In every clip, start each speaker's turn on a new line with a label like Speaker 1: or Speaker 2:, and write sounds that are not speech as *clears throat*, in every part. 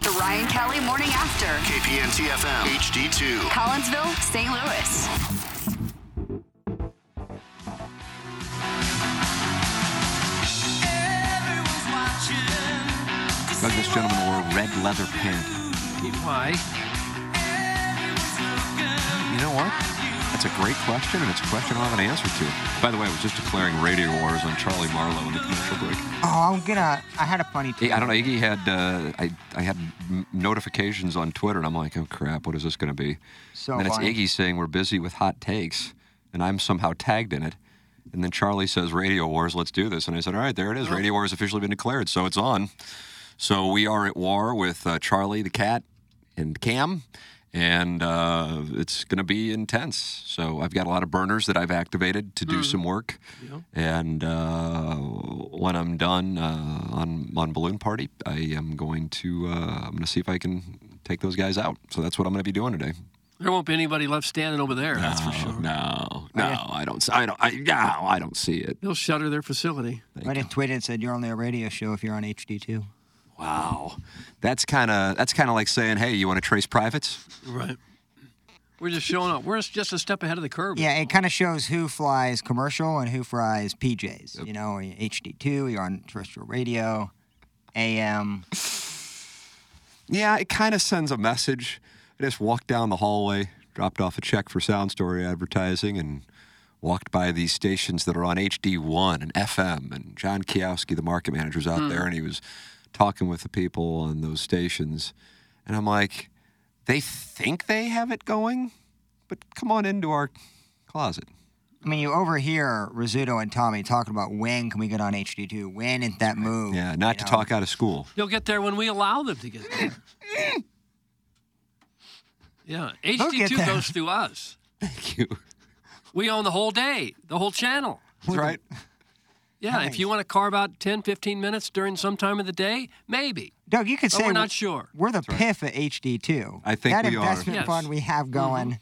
Speaker 1: The Ryan Kelly Morning After.
Speaker 2: KPN TFM HD2.
Speaker 1: Collinsville, St. Louis.
Speaker 3: Doug, this gentleman wore a red leather pant.
Speaker 4: Why?
Speaker 3: You know what? That's a great question, and it's a question I don't have an answer to. By the way, I was just declaring radio wars on Charlie Marlowe in the commercial break.
Speaker 5: Oh, I'm gonna. I had a funny.
Speaker 3: Hey, I don't know. Iggy had uh, I, I had m- notifications on Twitter, and I'm like, oh crap, what is this going to be?
Speaker 5: So
Speaker 3: and then it's
Speaker 5: funny.
Speaker 3: Iggy saying we're busy with hot takes, and I'm somehow tagged in it. And then Charlie says, "Radio Wars, let's do this." And I said, "All right, there it is. Radio Wars officially been declared, so it's on." So we are at war with uh, Charlie the cat and Cam, and uh, it's going to be intense. So I've got a lot of burners that I've activated to do some work, and uh, when I'm done uh, on on Balloon Party, I am going to uh, I'm going to see if I can take those guys out. So that's what I'm going to be doing today.
Speaker 4: There won't be anybody left standing over there. That's for
Speaker 3: Oh, No, no, I don't. s- I don't. I, no, I don't see it.
Speaker 4: They'll shutter their facility.
Speaker 5: I just tweeted and said you're only a radio show if you're on HD2.
Speaker 3: Wow, that's kind of that's kind of like saying, "Hey, you want to trace privates?"
Speaker 4: Right. We're just showing up. We're just a step ahead of the curve.
Speaker 5: Yeah, it kind of shows who flies commercial and who flies PJs. You know, HD2, you're on terrestrial radio, AM.
Speaker 3: Yeah, it kind of sends a message. I just walked down the hallway, dropped off a check for Sound Story Advertising, and walked by these stations that are on HD1 and FM. And John Kioski, the market manager, was out there, and he was talking with the people on those stations. And I'm like, they think they have it going, but come on into our closet.
Speaker 5: I mean, you overhear Rizzuto and Tommy talking about when can we get on HD2? When is that move?
Speaker 3: Yeah, not to talk out of school. *laughs*
Speaker 4: They'll get there when we allow them to get there. yeah.
Speaker 5: get
Speaker 4: HD2
Speaker 5: there.
Speaker 4: goes through us.
Speaker 3: Thank you.
Speaker 4: We own the whole day, the whole channel.
Speaker 3: That's right.
Speaker 4: Yeah. If you want to carve out 10, 15 minutes during some time of the day, maybe.
Speaker 5: Doug, you could
Speaker 4: Oh,
Speaker 5: say
Speaker 4: we're not sure.
Speaker 5: We're the piff at HD2.
Speaker 3: I think we are.
Speaker 5: that
Speaker 3: Mm-hmm.
Speaker 5: investment
Speaker 4: Yes.
Speaker 5: fund we have going.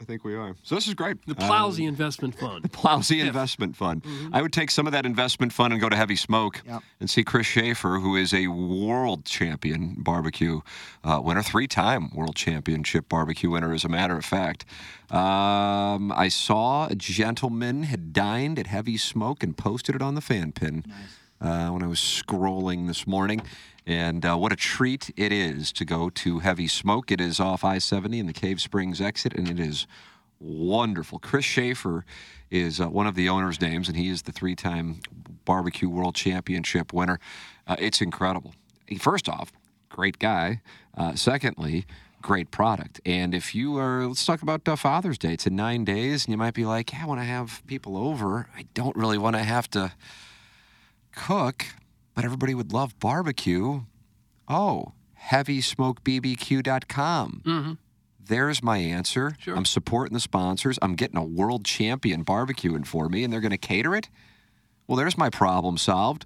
Speaker 3: I think we are. So this is great.
Speaker 4: The
Speaker 6: Um,
Speaker 3: Uh,
Speaker 4: Plowsy Investment Fund.
Speaker 3: *laughs* Plowsy investment fund. I would take some of that investment fund and go to Heavy Smoke
Speaker 5: Yep.
Speaker 3: and see Chris Schaefer, who is a world champion barbecue uh, winner, three time world championship barbecue winner, as a matter of fact. Um, I saw a gentleman had dined at Heavy Smoke and posted it on the fan pin uh, when I was scrolling this morning. And uh, what a treat it is to go to Heavy Smoke. It is off I 70 in the Cave Springs exit, and it is wonderful. Chris Schaefer is uh, one of the owner's names, and he is the three time Barbecue World Championship winner. Uh, it's incredible. He- First off, great guy. Uh, secondly, great product. And if you are, let's talk about uh, Father's Day. It's in nine days, and you might be like, "Yeah, I want to have people over. I don't really want to have to cook, but everybody would love barbecue. Oh, heavysmokebbq.com. Mm-hmm. There's my answer. I'm supporting the sponsors. I'm getting a world champion barbecuing for me, and they're going to cater it. Well, there's my problem solved.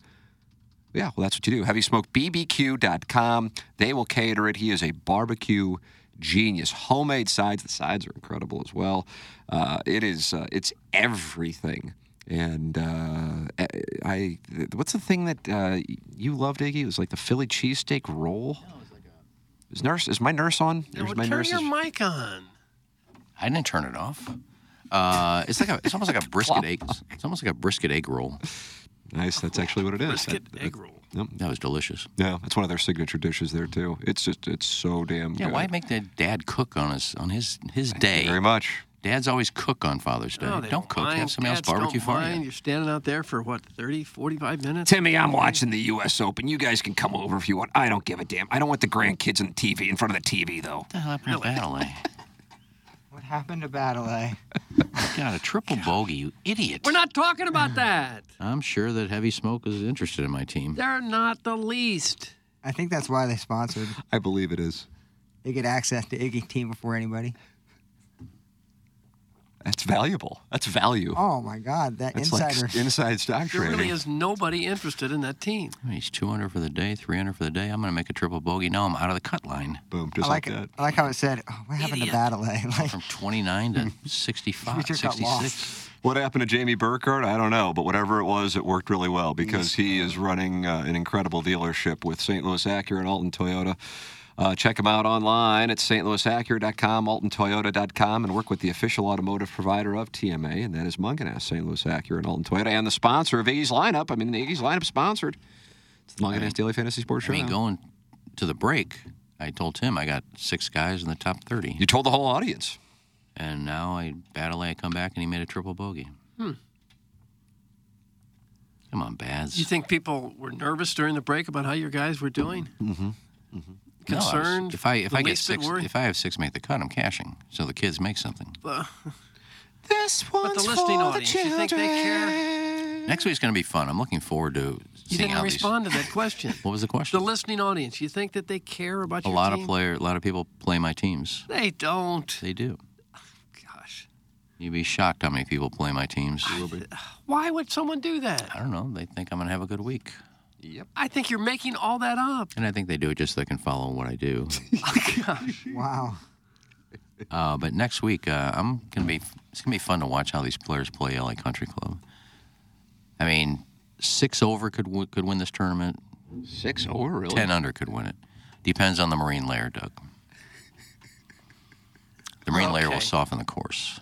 Speaker 3: Yeah, well, that's what you do. HeavySmokeBBQ.com. They will cater it. He is a barbecue genius. Homemade sides. The sides are incredible as well. Uh, it is. Uh, it's everything. And uh, I, what's the thing that uh, you loved, Iggy? It was like the Philly cheesesteak roll. Is nurse? Is my nurse on?
Speaker 4: Yeah,
Speaker 3: There's
Speaker 4: well,
Speaker 3: my
Speaker 4: turn
Speaker 3: nurse's-
Speaker 4: your mic on.
Speaker 6: I didn't turn it off. Uh, it's like a, it's almost like a brisket egg. It's almost like a brisket egg roll.
Speaker 3: Nice. That's actually what it is.
Speaker 4: Brisket
Speaker 3: That-
Speaker 4: egg roll.
Speaker 6: That was delicious.
Speaker 3: Yeah, it's one of their signature dishes there too. It's just it's so damn
Speaker 6: Yeah,
Speaker 3: good.
Speaker 6: why make that dad cook on his on his his day?
Speaker 3: Very much.
Speaker 6: Dads always cook on Father's Day.
Speaker 4: No, Oh, they
Speaker 6: Uh, don't cook.
Speaker 4: mind.
Speaker 6: Have somebody else
Speaker 4: Dads don't
Speaker 6: barbecue for
Speaker 4: mind.
Speaker 6: you.
Speaker 4: You're standing out there for what, 30, 45 minutes?
Speaker 7: Timmy, I'm watching the U.S. Open. You guys can come over if you want. I don't give a damn. I don't want the grandkids on the TV in front of the TV though.
Speaker 6: What the hell happened to Battle eh?
Speaker 5: What happened to Battle A?
Speaker 6: Got a triple bogey, you idiot.
Speaker 4: We're not talking
Speaker 6: *sighs*
Speaker 4: about that.
Speaker 6: I'm sure that Heavy Smoke is interested in my team.
Speaker 4: They're not the least.
Speaker 5: I think that's why they sponsored.
Speaker 3: I believe it is.
Speaker 5: They get access to Iggy team before anybody.
Speaker 3: That's valuable. That's value.
Speaker 5: Oh my God, that
Speaker 3: That's
Speaker 5: insider.
Speaker 3: like inside stock
Speaker 4: There
Speaker 3: trading.
Speaker 4: really is nobody interested in that team.
Speaker 6: He's 200 for the day, 300 for the day. I'm going to make a triple bogey. Now I'm out of the cut
Speaker 4: *laughs*
Speaker 6: line.
Speaker 3: Boom,
Speaker 5: I
Speaker 3: just
Speaker 5: like
Speaker 3: like,
Speaker 5: it.
Speaker 3: that.
Speaker 5: I like how it said, oh, "What happened to Battle A?" *laughs*
Speaker 8: *laughs*
Speaker 5: Like,
Speaker 6: From 29 to
Speaker 4: *laughs*
Speaker 6: 65,
Speaker 5: Peter got
Speaker 6: 66.
Speaker 5: lost.
Speaker 3: What happened to Jamie Burkhardt? I don't know, but whatever it was, it worked really well because he is running uh, an incredible dealership with St. Louis Acura and Alton Toyota. Uh, check him out online at stlouisacura.com, altontoyota.com, and work with the official automotive provider of TMA, and that is Munganess, St. Louis Acura and Alton Toyota, and the sponsor of Iggy's lineup. I mean, the Iggy's lineup sponsored. It's the Munganess Daily Fantasy Sports
Speaker 6: I
Speaker 3: Show.
Speaker 6: mean,
Speaker 3: now.
Speaker 6: going to the break, I told Tim I got six guys in the top 30.
Speaker 3: you told the whole audience.
Speaker 6: And now I battle A, I come back, and he made a triple bogey. Hmm. Come on, Baz.
Speaker 4: You think people were nervous during the break about how your guys were doing? Mm-hmm.
Speaker 6: No, I was-
Speaker 4: Concerned?
Speaker 6: if I if
Speaker 4: the
Speaker 6: I get
Speaker 4: least bit
Speaker 6: six,
Speaker 4: worried?
Speaker 6: if I have six make the cut, I'm cashing. So the kids make something.
Speaker 4: *laughs*
Speaker 3: This one's
Speaker 4: the listening audience, you think they
Speaker 3: care?
Speaker 6: Next week's going to be fun. I'm looking forward to
Speaker 4: you
Speaker 6: seeing
Speaker 4: didn't
Speaker 6: how
Speaker 4: respond to
Speaker 6: *laughs*
Speaker 4: that question.
Speaker 6: these. What was the question?
Speaker 4: the listening audience, you think that they care about
Speaker 6: a
Speaker 4: your
Speaker 6: lot
Speaker 4: team?
Speaker 6: of player, a lot of people play my teams.
Speaker 4: They don't.
Speaker 6: They do.
Speaker 4: Gosh.
Speaker 6: You'd be shocked how many people play my teams.
Speaker 4: Why would someone do
Speaker 6: I
Speaker 4: that?
Speaker 6: don't know. They think I'm going to have a good week,
Speaker 4: I think you're making all that up.
Speaker 6: and I think they do it just so they can follow what I do.
Speaker 5: wow.
Speaker 6: Uh, but next week, uh, I'm gonna be. It's gonna be fun to watch how these players play LA Country Club. I mean, six over could w- could win this tournament.
Speaker 3: Six over, really?
Speaker 6: Ten under could win it. Depends on the marine layer, Doug. The marine layer will
Speaker 4: Okay.
Speaker 6: soften the course.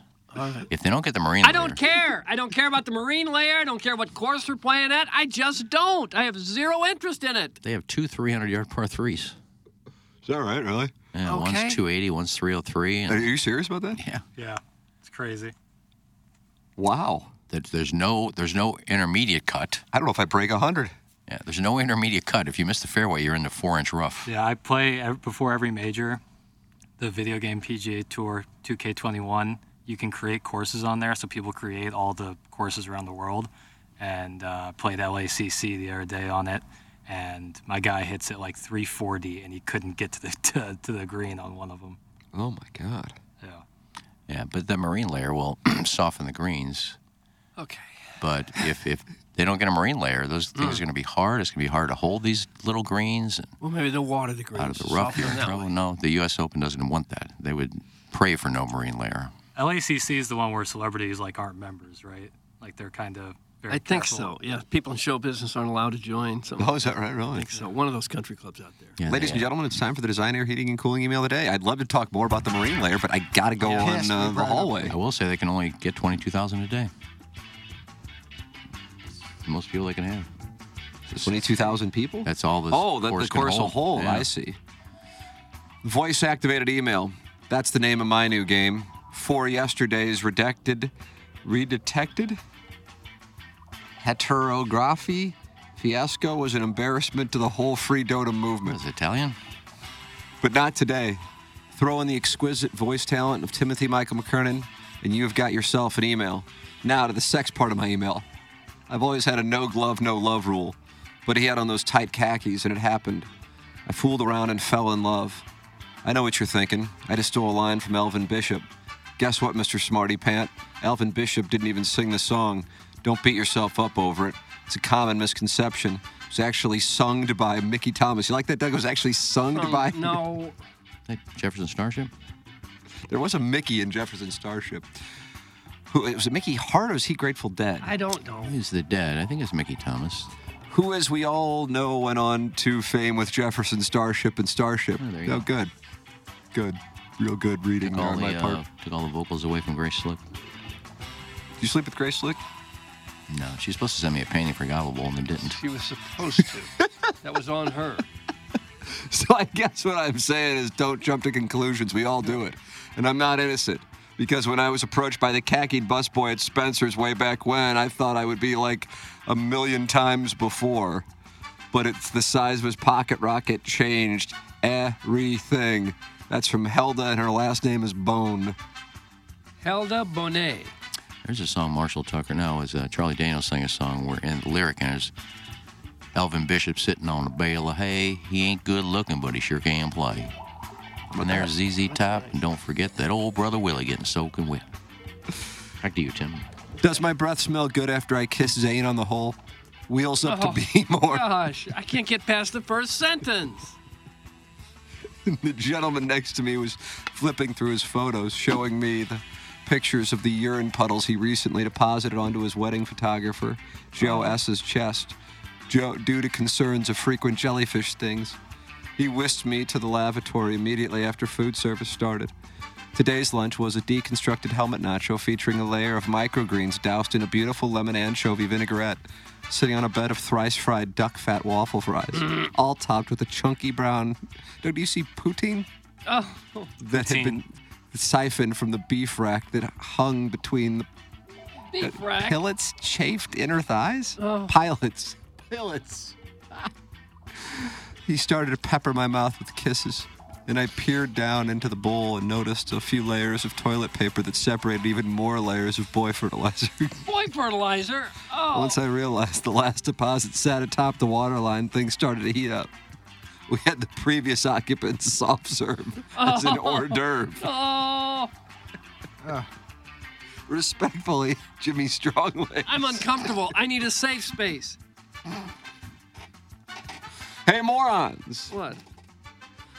Speaker 6: If they don't get the marine,
Speaker 4: I don't
Speaker 6: layer-
Speaker 4: care. I don't care about the marine layer. I don't care what course they're playing at. I just don't. I have zero interest in it.
Speaker 6: They have two 300 yard par threes.
Speaker 3: Is that right, really?
Speaker 6: Yeah,
Speaker 4: Okay.
Speaker 6: One's 280, one's 303.
Speaker 3: Are
Speaker 6: And
Speaker 3: you serious about that?
Speaker 6: yeah,
Speaker 8: Yeah, it's crazy.
Speaker 3: Wow.
Speaker 6: that there's no there's no intermediate cut.
Speaker 3: I don't know if I break 100.
Speaker 6: Yeah, there's no intermediate cut. If you miss the fairway, you're in the four inch rough.
Speaker 8: Yeah, I play ev- before every major, the video game PGA Tour 2K21. You can create courses on there, so people create all the courses around the world. And uh, played LACC the other day on it, and my guy hits it like 340, and he couldn't get to the *laughs* to, to the green on one of them.
Speaker 3: Oh, my God.
Speaker 8: Yeah.
Speaker 6: Yeah, but the marine layer will *clears throat* soften the greens.
Speaker 4: Okay. Mm.
Speaker 6: But if, if they don't get a marine layer, those things are going to be hard. It's going to be hard to hold these little greens
Speaker 4: Well, maybe they'll water the greens.
Speaker 6: out of the rough. You're in trouble. No, the U.S. Open doesn't want that. They would pray for no marine layer.
Speaker 8: LACC is the one where celebrities like aren't members, right? Like they're kind of. Very
Speaker 4: I think
Speaker 8: careful.
Speaker 4: so. Yeah, people in show business aren't allowed to join. So
Speaker 3: Oh, is that right?
Speaker 4: I
Speaker 3: Really?
Speaker 4: think so. One of those country clubs out there.
Speaker 6: Yeah,
Speaker 3: Ladies
Speaker 6: they-
Speaker 3: and gentlemen, it's time for the Design, Air, Heating, and Cooling email of the day. I'd love to talk more about the marine layer, but I got to go
Speaker 5: Yes,
Speaker 3: on
Speaker 5: we
Speaker 3: uh,
Speaker 5: brought it
Speaker 3: the
Speaker 5: up.
Speaker 3: hallway.
Speaker 6: I will say they can only get 22,000 a day. Most people they can have.
Speaker 3: 22,000 people?
Speaker 6: That's all this
Speaker 3: Oh, that the
Speaker 6: can
Speaker 3: course will hold.
Speaker 6: Yeah.
Speaker 3: I see. Voice activated email. That's the name of my new game. For yesterday's redacted, redetected heterography fiasco was an embarrassment to the whole free Dota
Speaker 6: What
Speaker 3: movement.
Speaker 6: is it, Italian?
Speaker 3: but not today. Throw in the exquisite voice talent of Timothy Michael McKernan, and you have got yourself an email. Now to the sex part of my email. I've always had a no glove, no love rule, but he had on those tight khakis, and it happened. I fooled around and fell in love. I know what you're thinking. I just stole a line from Elvin Bishop. Guess what, Mr. Smarty Pant? Elvin Bishop didn't even sing the song. Don't beat yourself up over it. It's a common misconception. It was actually sung by Mickey Thomas. You like that, Doug? It was actually sung
Speaker 4: Um,
Speaker 3: by
Speaker 4: no.
Speaker 6: Like Jefferson Starship?
Speaker 3: There was a Mickey in Jefferson Starship. Who was it Mickey Hart or was he Grateful Dead?
Speaker 4: I don't know.
Speaker 6: Who's the dead? I think it's Mickey Thomas.
Speaker 3: Who, as we all know, went on to fame with Jefferson Starship and Starship.
Speaker 6: Oh, there you
Speaker 3: No,
Speaker 6: go.
Speaker 3: good. Good. Real good reading
Speaker 6: Took
Speaker 3: there
Speaker 6: all,
Speaker 3: on
Speaker 6: the,
Speaker 3: my
Speaker 6: uh,
Speaker 3: part.
Speaker 6: took all the vocals away from Grace Slick.
Speaker 3: Did you sleep with Grace Slick?
Speaker 6: No, she's supposed to send me a painting for Gobble Bowl and they didn't. *laughs*
Speaker 4: She was supposed to. That was on her.
Speaker 3: *laughs* So I guess what I'm saying is don't jump to conclusions. We all do it. And I'm not innocent. Because when I was approached by the khakied busboy at Spencer's way back when, I thought I would be like a million times before. But it's the size of his pocket rocket changed everything. That's from Helda, and her last name is Bone.
Speaker 4: Helda Bonet.
Speaker 6: There's a song Marshall Tucker now is uh, Charlie Daniels sang a song where in the lyric and it's Elvin Bishop sitting on a bale of hay. He ain't good looking, but he sure can play. And there's ZZ Top, and don't forget that old brother Willie getting soaked and wet. Back to you, Tim.
Speaker 3: Does my breath smell good after I kiss Zane on the hole? Wheels up
Speaker 4: Oh,
Speaker 3: to be *laughs* more.
Speaker 4: Gosh, I can't get past the first sentence.
Speaker 3: the gentleman next to me was flipping through his photos, showing me the pictures of the urine puddles he recently deposited onto his wedding photographer, Joe S.'s chest, Joe, due to concerns of frequent jellyfish stings. He whisked me to the lavatory immediately after food service started. Today's lunch was a deconstructed helmet nacho featuring a layer of microgreens doused in a beautiful lemon anchovy vinaigrette, sitting on a bed of thrice fried duck fat waffle fries,
Speaker 4: Mm.
Speaker 3: all topped with a chunky brown. No, do you see poutine?
Speaker 4: Oh,
Speaker 3: That had been siphoned from the beef rack that hung between the
Speaker 4: beef
Speaker 3: uh,
Speaker 4: rack.
Speaker 3: pillets, chafed inner thighs?
Speaker 4: Oh.
Speaker 3: Pilots.
Speaker 4: Pillets.
Speaker 3: He started to pepper my mouth with kisses, and I peered down into the bowl and noticed a few layers of toilet paper that separated even more layers of boy fertilizer. *laughs*
Speaker 4: Boy fertilizer. Oh,
Speaker 3: Once I realized the last deposit sat atop the waterline, things started to heat up. We had the previous occupants *laughs* soft serve as an hors d'oeuvre.
Speaker 4: *laughs* Oh,
Speaker 3: *laughs* Respectfully, Jimmy Strongly.
Speaker 4: I'm uncomfortable. I need a safe space.
Speaker 3: Hey, morons!
Speaker 4: What?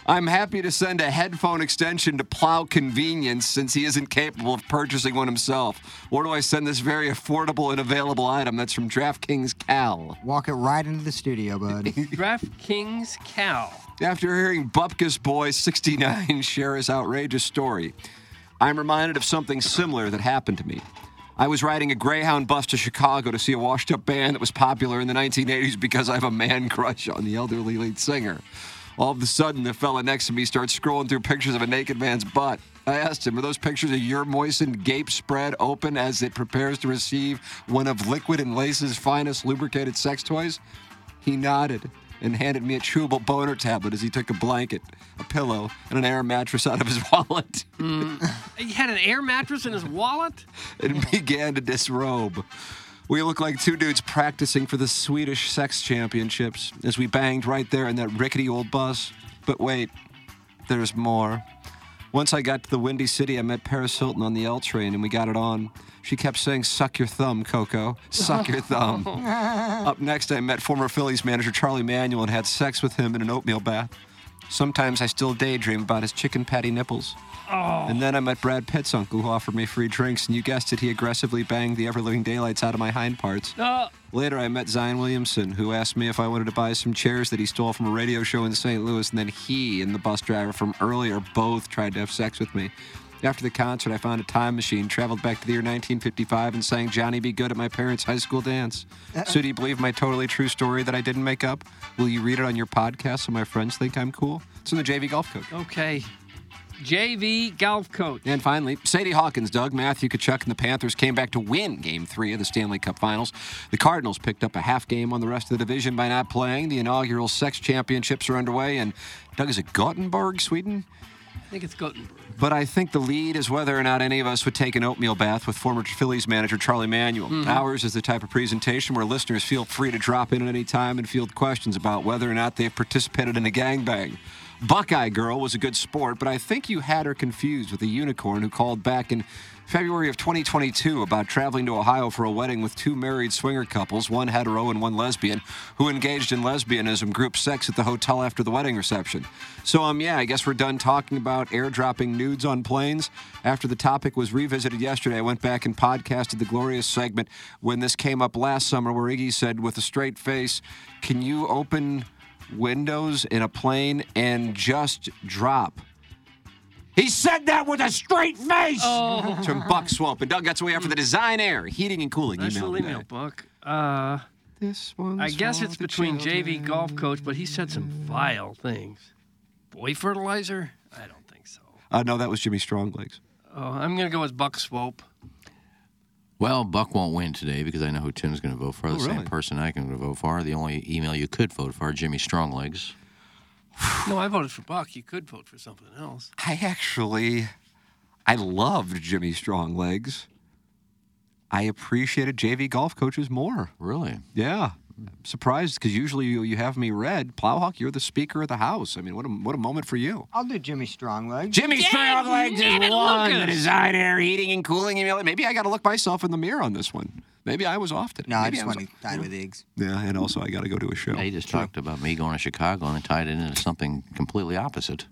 Speaker 3: I'm happy to send a headphone extension to Plow Convenience since he isn't capable of purchasing one himself. Or do I send this very affordable and available item that's from DraftKings Cal?
Speaker 5: Walk it right into the
Speaker 3: *laughs*
Speaker 5: studio, bud.
Speaker 4: DraftKings cow.
Speaker 3: After hearing Bupka's Boy 69 *laughs* share his outrageous story, I'm reminded of something similar that happened to me. I was riding a Greyhound bus to Chicago to see a washed up band that was popular in the 1980s because I have a man *laughs* crush on the elderly lead singer. All of a sudden, the fella next to me starts scrolling through pictures of a naked man's butt. I asked him, Are those pictures of your moistened gape spread open as it prepares to receive one of Liquid and Lace's finest lubricated sex toys? He nodded and handed me a chewable boner tablet as he took a blanket, a pillow, and an air mattress out of his *laughs* wallet
Speaker 4: Mm. He had an air mattress in his wallet.
Speaker 3: and *laughs* began to disrobe. We looked like two dudes practicing for the Swedish sex championships as we banged right there in that rickety old bus. But wait, there's more. Once I got to the Windy City, I met Paris Hilton on the L train and we got it on. She kept saying, Suck your thumb, Coco. Suck your
Speaker 4: *laughs*
Speaker 3: thumb. Up next, I met former Phillies manager Charlie Manuel and had sex with him in an oatmeal bath. Sometimes I still daydream about his chicken patty nipples. And then I met Brad Pitt's uncle, who offered me free drinks, and you guessed it, he aggressively banged the ever living daylights out of my hind parts.
Speaker 4: Oh,
Speaker 3: Later, I met Zion Williamson, who asked me if I wanted to buy some chairs that he stole from a radio show in St. Louis, and then he and the bus driver from earlier both tried to have sex with me. After the concert, I found a time machine, traveled back to the year 1955, and sang Johnny Be Good at my parents' high school dance. So, do you believe my totally true story that I didn't make up? Will you read it on your podcast so my friends think I'm cool? It's in the JV Golf Coach.
Speaker 4: okay. JV golf coach.
Speaker 3: And finally, Sadie Hawkins, Doug, Matthew Kachuk, and the Panthers came back to win Game 3 of the Stanley Cup Finals. The Cardinals picked up a half game on the rest of the division by not playing. The inaugural sex championships are underway, and Doug, is it Gothenburg, Sweden?
Speaker 4: I think it's Gothenburg.
Speaker 3: But I think the lead is whether or not any of us would take an oatmeal bath with former Phillies manager Charlie Manuel. Ours is the type of presentation where listeners feel free to drop in at any time and field questions about whether or not they've participated in a gangbang. Buckeye Girl was a good sport, but I think you had her confused with a unicorn who called back in February of 2022 about traveling to Ohio for a wedding with two married swinger couples, one hetero and one lesbian, who engaged in lesbianism group sex at the hotel after the wedding reception. So, um, yeah, I guess we're done talking about airdropping nudes on planes. After the topic was revisited yesterday, I went back and podcasted the glorious segment when this came up last summer, where Iggy said with a straight face, Can you open windows in a plane and just drop? He said that with a straight face.
Speaker 4: Oh.
Speaker 3: From Buck Swamp and Doug, that's what we have for the Design Air Heating and Cooling
Speaker 4: Nice
Speaker 3: email.
Speaker 4: little
Speaker 3: today.
Speaker 4: email, Buck. Uh,
Speaker 3: This one's
Speaker 4: I guess
Speaker 3: for
Speaker 4: it's
Speaker 3: the
Speaker 4: between JV
Speaker 3: children.
Speaker 4: golf coach, but he said some vile things. Boy fertilizer? I don't think so.
Speaker 3: Uh, no, that was Jimmy Stronglegs.
Speaker 4: Oh, I'm gonna go with Buck Swope.
Speaker 6: Well, Buck won't win today because I know who Tim's going to vote for. The
Speaker 4: Oh,
Speaker 6: same
Speaker 4: really?
Speaker 6: person I can vote for. The only email you could vote for, Jimmy Stronglegs. *sighs*
Speaker 4: No, I voted for Buck. You could vote for something else.
Speaker 3: I actually, I loved Jimmy Stronglegs. I appreciated JV golf coaches more.
Speaker 6: Really?
Speaker 3: Yeah. I'm surprised because usually you, you have me read. Plowhawk, you're the Speaker of the House. I mean, what a, what a moment for you.
Speaker 5: I'll do Jimmy Stronglegs.
Speaker 3: Jimmy Stronglegs
Speaker 5: damn
Speaker 3: is
Speaker 5: it,
Speaker 3: long. The
Speaker 5: Lucas.
Speaker 3: design, air, heating, and cooling. email. Maybe I got to look myself in the mirror on this one. Maybe I was off today.
Speaker 5: No, I
Speaker 3: Maybe
Speaker 5: just
Speaker 3: was
Speaker 5: want to dine with eggs.
Speaker 3: Yeah, and also I got to go to a show.
Speaker 6: They just talked about me going to Chicago and then tied it into something completely opposite.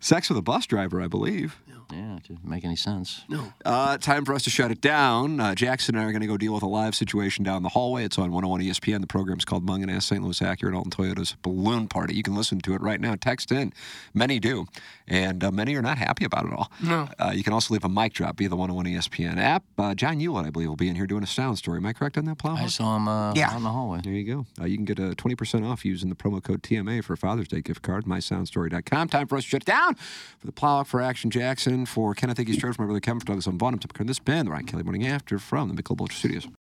Speaker 3: Sex with a bus driver, I believe.
Speaker 6: Yeah, it didn't make any sense.
Speaker 4: No.
Speaker 3: Uh, time for us to shut it down. Uh, Jackson and I are going to go deal with a live situation down the hallway. It's on 101 ESPN. The program's called Mung and Ass St. Louis Accurate Alton Toyota's Balloon Party. You can listen to it right now. Text in. Many do. And uh, many are not happy about it all.
Speaker 4: No.
Speaker 3: Uh, you can also leave a mic drop via the 101 ESPN app. Uh, John Hewlett, I believe, will be in here doing a sound story. Am I correct on that, Plow? I
Speaker 6: saw him uh,
Speaker 3: yeah.
Speaker 6: out in the hallway.
Speaker 3: There you go. Uh, you can get a 20% off using the promo code TMA for a Father's Day gift card, mysoundstory.com. Time for us to shut it down. For the Plow, for Action Jackson, for Kenneth Iggy Strode, for my brother Kevin, for Douglas on Vaughn, I'm Tim Kern. This has been the Ryan Kelly Morning After from the Michael Bulger Studios.